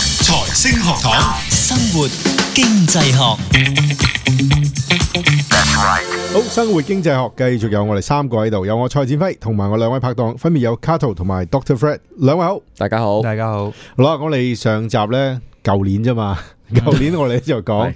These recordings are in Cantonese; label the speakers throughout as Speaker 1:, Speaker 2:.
Speaker 1: 星學堂，
Speaker 2: 生活經濟學，
Speaker 3: 好，生活經濟學繼續有我哋三個喺度，有我蔡展輝同埋我兩位拍檔，分別有 Cato 同埋 Doctor Fred，兩位好。
Speaker 4: 大家好，
Speaker 5: 大家好，
Speaker 3: 好啦，我哋上集呢，舊年啫 嘛，舊年我哋就講
Speaker 4: 係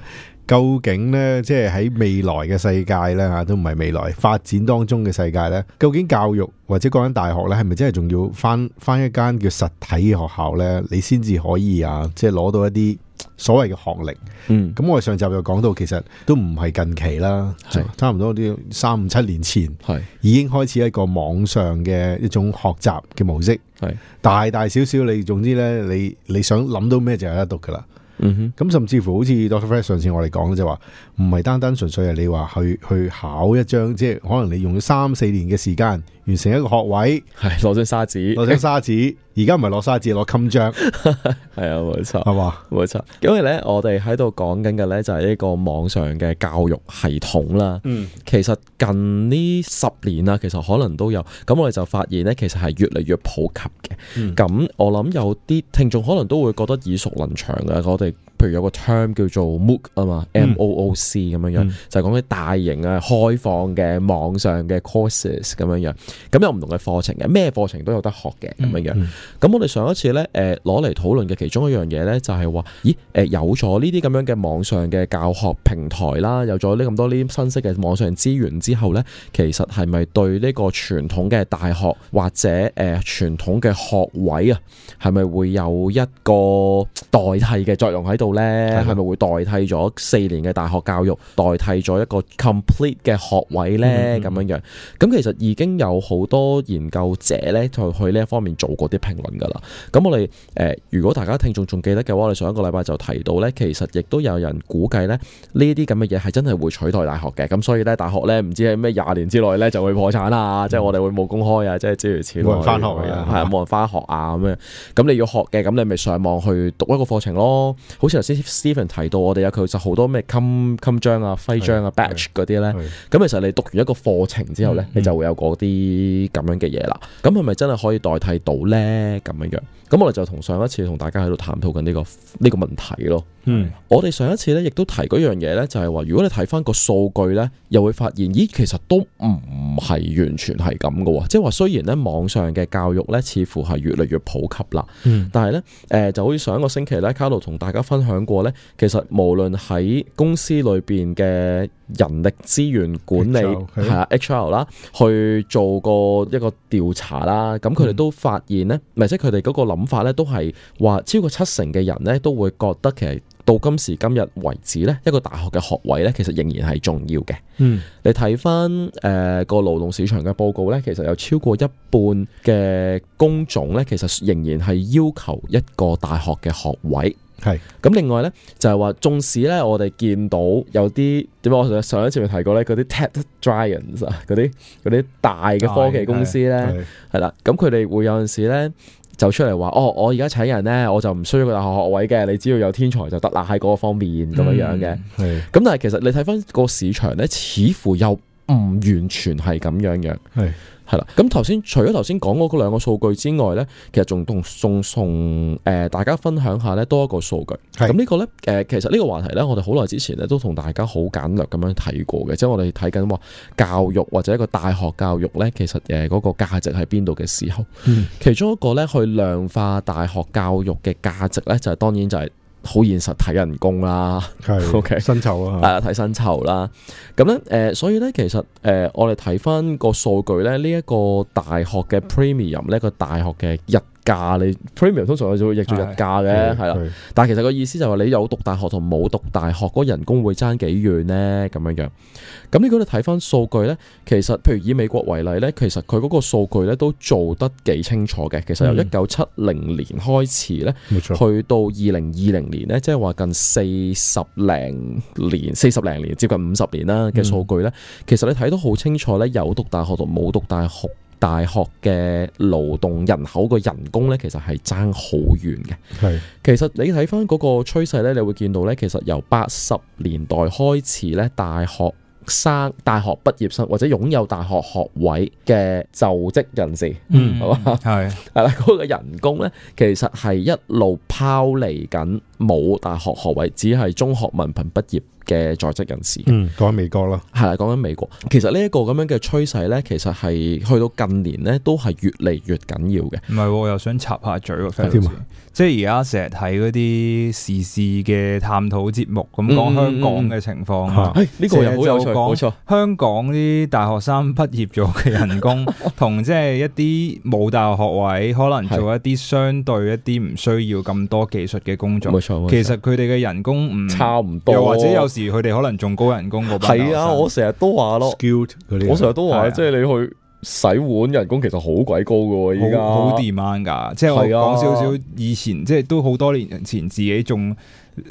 Speaker 3: 究竟呢，即係喺未來嘅世界呢，啊吓，都唔係未來發展當中嘅世界呢，究竟教育或者講緊大學呢，係咪真係仲要翻翻一間叫實體嘅學校呢？你先至可以啊，即係攞到一啲所謂嘅學歷。
Speaker 4: 嗯，
Speaker 3: 咁我哋上集就講到，其實都唔係近期啦
Speaker 4: 係，
Speaker 3: 差唔多都要三五七年前。
Speaker 4: 係
Speaker 3: 已經開始一個網上嘅一種學習嘅模式，
Speaker 4: 係，
Speaker 3: 大大小小你總之呢，你你想諗到咩就有得讀噶啦。
Speaker 4: 嗯
Speaker 3: 咁甚至乎好似 Doctor Fred 上次我哋講就話，唔係單單純粹係你話去去考一張，即係可能你用咗三四年嘅時間完成一個學位，
Speaker 4: 哼，係攞張沙紙，
Speaker 3: 攞張沙紙。而家唔係攞沙紙，攞襟章
Speaker 4: 係啊，冇錯。
Speaker 3: 係嘛？
Speaker 4: 冇錯，因為咧，我哋喺度講緊嘅咧就係呢個網上嘅教育系統啦。
Speaker 3: 嗯，
Speaker 4: 其實近呢十年啊啦，其實可能都有。咁我哋就發現咧，其實係越嚟越普及
Speaker 3: 嗯
Speaker 4: 嘅。咁、我諗有啲聽眾可能都會覺得耳熟能詳嘅。啊我哋譬如有個 term 叫做 MOOC 啊嘛，M O O C 咁樣樣，
Speaker 3: 嗯
Speaker 4: 就係講啲大型嘅開放嘅網上嘅 courses 咁樣樣。咁有唔同嘅課程嘅，咩課程都有得學嘅咁樣樣。咁我哋上一次咧，誒攞嚟討論嘅其中一樣嘢咧，就係話，咦，誒、有咗呢啲咁樣嘅網上嘅教學平台啦，有咗呢咁多呢啲新式嘅網上資源之後咧，其實係咪對呢個傳統嘅大學或者誒、呃、傳統嘅學位啊，係咪會有一個代替嘅作用喺度咧？係咪會代替咗四年嘅大學教育，代替咗一個 complete 嘅學位咧？咁樣樣。咁其實已經有好多研究者咧，就去呢一方面做過啲評論㗎啦。咁我哋誒、呃如果大家聽眾仲記得嘅話，我哋上一個禮拜就提到咧，其實亦都有人估計咧，呢啲咁嘅嘢係真係會取代大學嘅。咁所以咧，大學咧唔知喺咩廿年之內咧就會破產啊，即係我哋會冇公開啊，即係諸如此類。
Speaker 3: 嗯冇人返學嘅
Speaker 4: 係啊
Speaker 3: 係嘛
Speaker 4: 冇人翻學啊咁樣。咁你要學嘅，咁你咪上網去讀一個課程咯。好似頭先 Stephen 提到，我哋有佢就好多咩襟襟章啊、徽章啊、
Speaker 3: 係
Speaker 4: badge 嗰啲咧。
Speaker 3: 係
Speaker 4: 咁其實你讀完一個課程之後呢，你就會有嗰啲咁樣嘅嘢啦。咁係咪真係可以代替到呢？咁樣樣，咁我哋就同上一次同大家喺度探討緊呢個呢個問題咯。
Speaker 3: 嗯，
Speaker 4: 我哋上一次呢亦都提嗰樣嘢呢，就係話如果你睇翻個數據呢，又會發現咦，其實都唔係完全係咁嘅喎。即係話雖然呢網上嘅教育呢，似乎係越嚟越普及啦，但係呢，誒、就好似上一個星期呢，卡路同大家分享過呢，其實無論喺公司裏邊嘅人力資源管理
Speaker 3: HR 係
Speaker 4: 係啊 HR 啦，去做過一個調查啦，咁佢哋都發現呢，咪即係佢哋嗰個諗法呢，都係話超過七成嘅人呢，都會覺得其實。到今時今日為止呢，一個大學嘅學位呢，其實仍然係重要嘅。
Speaker 3: 嗯，
Speaker 4: 你睇翻誒個勞動市場嘅報告呢，其實有超過一半嘅工種呢，其實仍然係要求一個大學嘅學位。
Speaker 3: 係
Speaker 4: 咁另外呢，就係話，縱使呢，我哋見到有啲點解我上上一次咪提過呢，嗰啲 tech giants 啊，嗰啲嗰啲大嘅科技公司呢，
Speaker 3: 係
Speaker 4: 係啦，咁佢哋會有陣時呢，就出嚟話，哦，我而家請人呢，我就唔需要個大學學位嘅，你只要有天才就得啦，喺嗰個方面咁樣樣
Speaker 3: 嗯係
Speaker 4: 嘅。咁但係其實你睇翻個市場咧，似乎又唔完全係咁樣樣，
Speaker 3: 係
Speaker 4: 係啦。咁頭先除咗頭先講嗰兩個數據之外咧，其實仲同仲同誒大家分享下咧多一個數據。
Speaker 3: 係
Speaker 4: 咁呢個咧誒、其實呢個話題咧，我哋好耐之前咧都同大家好簡略咁樣睇過嘅，即係我哋睇緊話教育或者一個大學教育咧，其實誒嗰個價值喺邊度嘅時候，
Speaker 3: 嗯
Speaker 4: 其中一個咧去量化大學教育嘅價值咧，就係、當然就係好現實睇人工啦。
Speaker 3: 係
Speaker 4: OK
Speaker 3: 薪酬啊，
Speaker 4: 係啦，睇薪酬啦。咁咧誒，所以咧其實誒、呃我哋睇翻個數據咧，呢、一個大學嘅 premium 呢個大學嘅日價，你 premium 通常我就會譯做日價嘅，係啦。
Speaker 3: 係
Speaker 4: 但係其實個意思就係話你有讀大學同冇讀大學嗰人工會爭幾遠呢？咁樣樣。咁呢個你睇翻數據呢，其實譬如以美國為例呢，其實佢嗰個數據呢都做得幾清楚嘅。其實由一九七零年開始呢。
Speaker 3: 冇錯，
Speaker 4: 去到二零二零年呢，即係話近四十零年、四十零年，接近五十年啦嘅數據呢，其實你睇到好清楚呢，有讀大學同冇讀大學。大學嘅勞動人口個人工呢，其實係爭好遠嘅。
Speaker 3: 係
Speaker 4: 其實你睇翻嗰個趨勢呢，你會見到呢，其實由八十年代開始呢，大學生、大學畢業生或者擁有大學學位嘅就職人士，
Speaker 2: 嗯，
Speaker 4: 係嘛
Speaker 2: 係
Speaker 4: 係啦，嗰、個人工咧其實係一路拋離緊冇大學學位，只係中學文憑畢業嘅在職人士。
Speaker 3: 嗯，講喺美國啦，
Speaker 4: 係啦，講緊美國，其實呢一個咁樣嘅趨勢咧，其實係去到近年咧，都係越嚟越緊要嘅。
Speaker 2: 唔係喎？我又想插下嘴喎
Speaker 3: 點
Speaker 2: Felix
Speaker 3: 啊
Speaker 2: 即係而家成日睇嗰啲時事嘅探討節目，咁講
Speaker 4: 嗯
Speaker 2: 香港嘅情況
Speaker 3: 嗯嗯嗯
Speaker 2: 啊
Speaker 4: 唉呢、個又好有趣，
Speaker 2: 成日就
Speaker 4: 冇
Speaker 2: 講
Speaker 4: 錯。
Speaker 2: 香港啲大學生畢業咗嘅人 工，同即係一啲冇大學學位，可能做一啲相對一啲唔需要咁多技術嘅工作
Speaker 4: 冇。錯，冇錯
Speaker 2: 其實佢哋嘅人工唔
Speaker 4: 差唔多，
Speaker 2: 又或者有時佢哋可能仲高人工嗰班大學
Speaker 4: 係啊，
Speaker 2: 生
Speaker 4: 我成日都話咯，
Speaker 3: skilled 嗰啲人，
Speaker 4: 我成日都
Speaker 2: 係
Speaker 4: 話，
Speaker 2: 啊
Speaker 4: 即係你去洗碗人工其實好鬼高噶喎，而家
Speaker 2: 好好 demand 㗎，即係我
Speaker 4: 係啊
Speaker 2: 講少少以前，即係都好多年前自己仲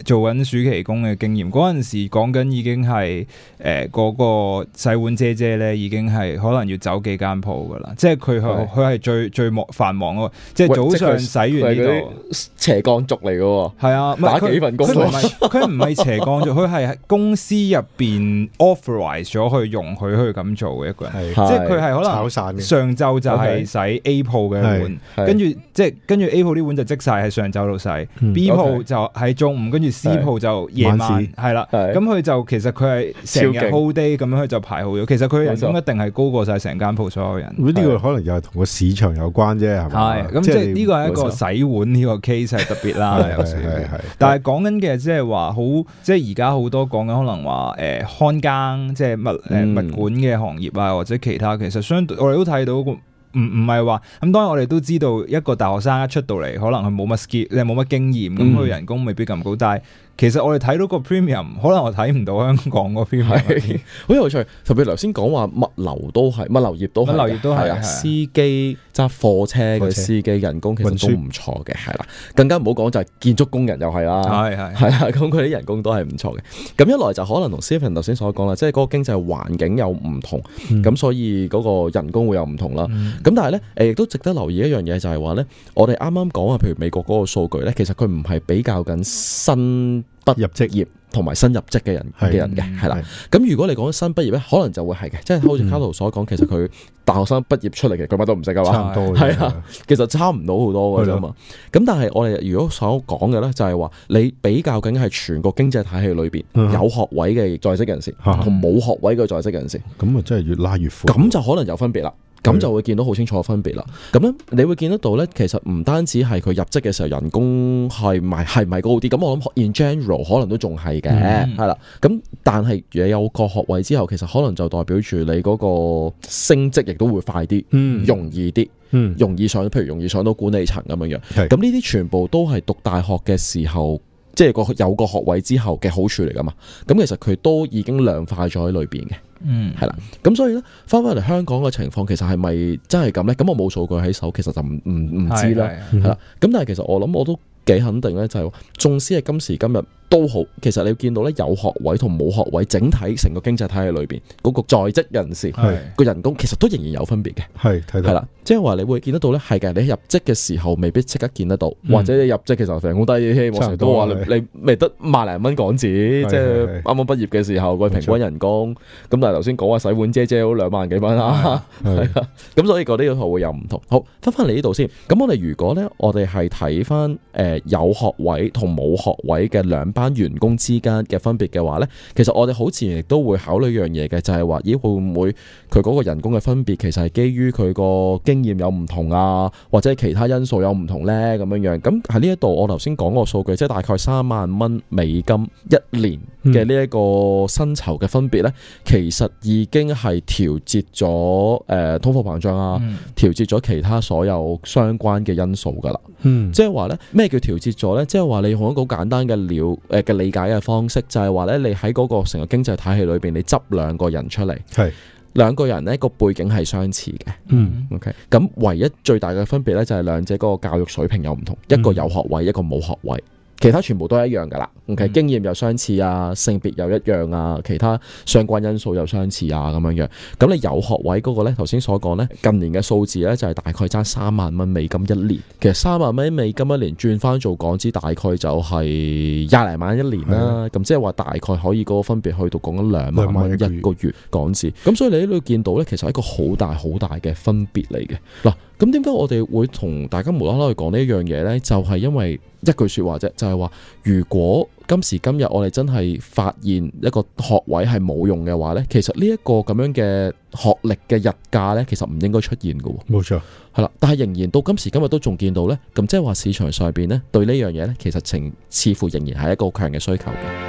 Speaker 2: 做緊暑期工嘅經驗。嗰陣時講緊已經係誒嗰個洗碗姐姐咧，已經係可能要走幾間鋪㗎啦。即係佢係
Speaker 4: 係
Speaker 2: 佢係最最忙繁忙嗰個，即係
Speaker 4: 喂
Speaker 2: 早
Speaker 4: 即係佢
Speaker 2: 上洗完呢
Speaker 4: 佢係嗰
Speaker 2: 度。
Speaker 4: 啲斜降族嚟噶，
Speaker 2: 係啊，唔係
Speaker 4: 打
Speaker 2: 佢
Speaker 4: 幾份工
Speaker 2: 佢唔
Speaker 4: 喎
Speaker 2: 係佢唔係斜降咗，佢係公司入邊 authorize 咗去容許佢咁做嘅一個人，
Speaker 3: 係
Speaker 4: 係
Speaker 2: 即係佢係可能
Speaker 3: 炒散嘅，
Speaker 2: 上晝就係
Speaker 4: OK
Speaker 2: 洗 A 鋪嘅碗，
Speaker 4: 係
Speaker 2: 跟住即係跟住 A 鋪啲碗就積晒喺上晝度洗
Speaker 3: 嗯
Speaker 2: ，B 鋪
Speaker 4: OK
Speaker 2: 就喺中午，跟住 C
Speaker 4: 係
Speaker 2: 鋪就夜
Speaker 3: 晚
Speaker 2: 晚
Speaker 3: 市
Speaker 2: 係啦。
Speaker 4: 係
Speaker 2: 咁佢就其實佢係成日
Speaker 4: 超勁
Speaker 2: whole day 咁樣，佢就排好咗。其實佢人工
Speaker 4: 冇錯嗯
Speaker 2: 一定係高過晒成間鋪所有人。
Speaker 3: 咁呢個可能又係同個市場有關啫，係咪？
Speaker 2: 係啊咁，即係
Speaker 3: 你
Speaker 2: 呢個係一個
Speaker 4: 冇錯
Speaker 2: 洗碗呢個 case 係特別啦，
Speaker 3: 係
Speaker 2: 有
Speaker 3: 係
Speaker 2: 時
Speaker 3: 係係
Speaker 2: 但係講緊嘅即係話好，即係而家好多講緊可能話誒看更，即係物誒、
Speaker 4: 嗯
Speaker 2: 物管嘅行業啊，或者其他，其實相對我哋都睇到個唔唔係話咁，當然我哋都知道一個大學生一出到嚟，可能佢冇乜 skill，即係冇乜經驗，咁
Speaker 4: 嗯
Speaker 2: 佢人工未必咁高。但係其實我哋睇到個 premium，可能我睇唔到香港個 premium 入邊
Speaker 4: 係好有趣，特別頭先講話物流都係，物流業都係嘅，
Speaker 2: 物流業都係
Speaker 4: 係
Speaker 2: 係
Speaker 4: 啊，司機揸貨車
Speaker 3: 貨
Speaker 4: 嘅
Speaker 3: 車
Speaker 4: 司機人工其實
Speaker 3: 運輸
Speaker 4: 都唔錯嘅，係啦，更加唔好講就係建築工人又係啦，
Speaker 2: 係係
Speaker 4: 係啦，咁佢啲人工都係唔錯嘅。咁一來就可能同 Stephen 頭先所講啦，即係嗰個經濟環境有唔同， 咁、所以嗰個人工會有唔同啦。
Speaker 2: 嗯
Speaker 4: 咁但係咧，誒亦都值得留意一樣嘢就係話咧，我哋啱啱講話，譬如美國嗰個數據咧，其實佢唔係比較緊新畢
Speaker 3: 入職
Speaker 4: 業同埋新入職嘅人
Speaker 3: 係
Speaker 4: 嘅人嘅，係啦。咁如果你講新畢業咧，可能就會係嘅，即係好似
Speaker 3: 嗯
Speaker 4: 卡路所講，其實佢大學生畢業出嚟嘅，佢乜都唔識噶嘛。
Speaker 3: 差唔多嘅，
Speaker 4: 係啊其實差唔到好多㗎啫嘛。咁但係我哋如果所講嘅咧，就係話你比較緊係全個經濟體系裏邊
Speaker 3: 嗯
Speaker 4: 有學位嘅在職人士
Speaker 3: 嚇
Speaker 4: 同冇學位嘅在職人士，
Speaker 3: 咁啊真係越拉越闊，
Speaker 4: 咁就可能有分別啦。
Speaker 3: 嗯
Speaker 4: 咁就會見到好清楚嘅分別啦。咁咧，你會見得到咧，其實唔單止係佢入職嘅時候人工係咪係咪高啲，咁我諗 in general 可能都仲係嘅，
Speaker 2: 嗯
Speaker 4: 係啦、咁但係你有個學位之後，其實可能就代表住你嗰個升職亦都會快啲，
Speaker 3: 嗯
Speaker 4: 容易啲。
Speaker 3: 嗯
Speaker 4: 容易上，譬如容易上到管理層咁樣樣。
Speaker 3: 係
Speaker 4: 咁呢啲全部都係讀大學嘅時候，即係個有個學位之後嘅好處嚟噶嘛。咁其實佢都已經量化咗喺裏邊嘅，
Speaker 2: 嗯
Speaker 4: 係啦。咁所以呢，翻返嚟香港嘅情況，其實係咪真係咁呢？咁我冇數據喺手，其實就唔唔唔知啦。
Speaker 2: 嗯係係
Speaker 3: 嗯
Speaker 4: 係啦，咁但係其實我諗我都幾肯定呢，就係話，縱使係今時今日都好，其實你見到呢，有學位同冇學位，整體成個經濟體系裏邊嗰個在職人士
Speaker 2: 係
Speaker 4: 個人工，其實都仍然有分別嘅。
Speaker 3: 係睇
Speaker 4: 係
Speaker 3: 到
Speaker 4: 啦，即係話你會見得到咧，係嘅。你入職嘅時候未必即刻見得到，
Speaker 2: 嗯
Speaker 4: 或者你入職嘅時候人工低啲添。我成日都話
Speaker 3: 差唔
Speaker 4: 你
Speaker 3: 多
Speaker 4: 你咪得萬零蚊港紙，
Speaker 3: 係
Speaker 4: 即
Speaker 3: 係係
Speaker 4: 係啱啱畢業嘅時候個平均人工。咁但係頭先講話洗碗姐姐都兩萬幾蚊啦，
Speaker 3: 係
Speaker 4: 係啊咁所以嗰啲嘢會有唔同。好，翻翻嚟呢度先。咁我哋如果咧，我哋係睇翻誒有學位同冇學位嘅兩班員工之間嘅分別嘅話咧，其實我哋好自然亦都會考慮一樣嘢嘅，就係話咦會唔會？佢嗰個人工嘅分別其實係基於佢個經驗有唔同啊，或者其他因素有唔同呢。咁樣樣。咁喺呢一度，我頭先講個數據，即係大概三萬蚊美金一年嘅呢一個薪酬嘅分別呢，其實已經係調節咗誒通貨膨脹啊，
Speaker 2: 嗯
Speaker 4: 調節咗其他所有相關嘅因素㗎啦。
Speaker 3: 嗯
Speaker 4: 即係話咧，咩叫調節咗咧？即係話你用一個好簡單嘅了誒嘅理解嘅方式，就係話咧，你喺嗰個成個經濟體系裏邊，你執兩個人出嚟，
Speaker 3: 係
Speaker 4: 兩個人咧個背景係相似嘅。
Speaker 3: 嗯
Speaker 4: OK，咁唯一最大嘅分別咧就係兩者嗰個教育水平有唔同，一個有學位，一個冇學位。其他全部都係一樣噶啦。OK，、經驗又相似啊，性別又一樣啊，其他相關因素又相似啊，咁樣樣。咁你有學位嗰個咧，頭先所講咧，近年嘅數字咧就係大概爭三萬蚊美金一年。其實三萬蚊美金一年轉翻做港紙，大概就係廿零萬一年啦。咁即係話大概可以嗰個分別去到講緊兩萬蚊
Speaker 3: 兩萬
Speaker 4: 啊一
Speaker 3: 一
Speaker 4: 個月港紙。咁所以你喺呢度見到咧，其實係一個好大好大嘅分別嚟嘅。嗱，咁點解我哋會同大家無啦啦去講呢一樣嘢咧？就係、因為一句説話啫，就係、話如果今時今日我哋真係發現一個學位係冇用嘅話呢，其實呢一個咁樣嘅學歷嘅日價呢，其實唔應該出現嘅喎。
Speaker 3: 冇錯，
Speaker 4: 係啦，但係仍然到今時今日都仲見到呢。咁即係話市場上邊呢，對呢樣嘢呢，其實情似乎仍然係一個好強嘅需求嘅。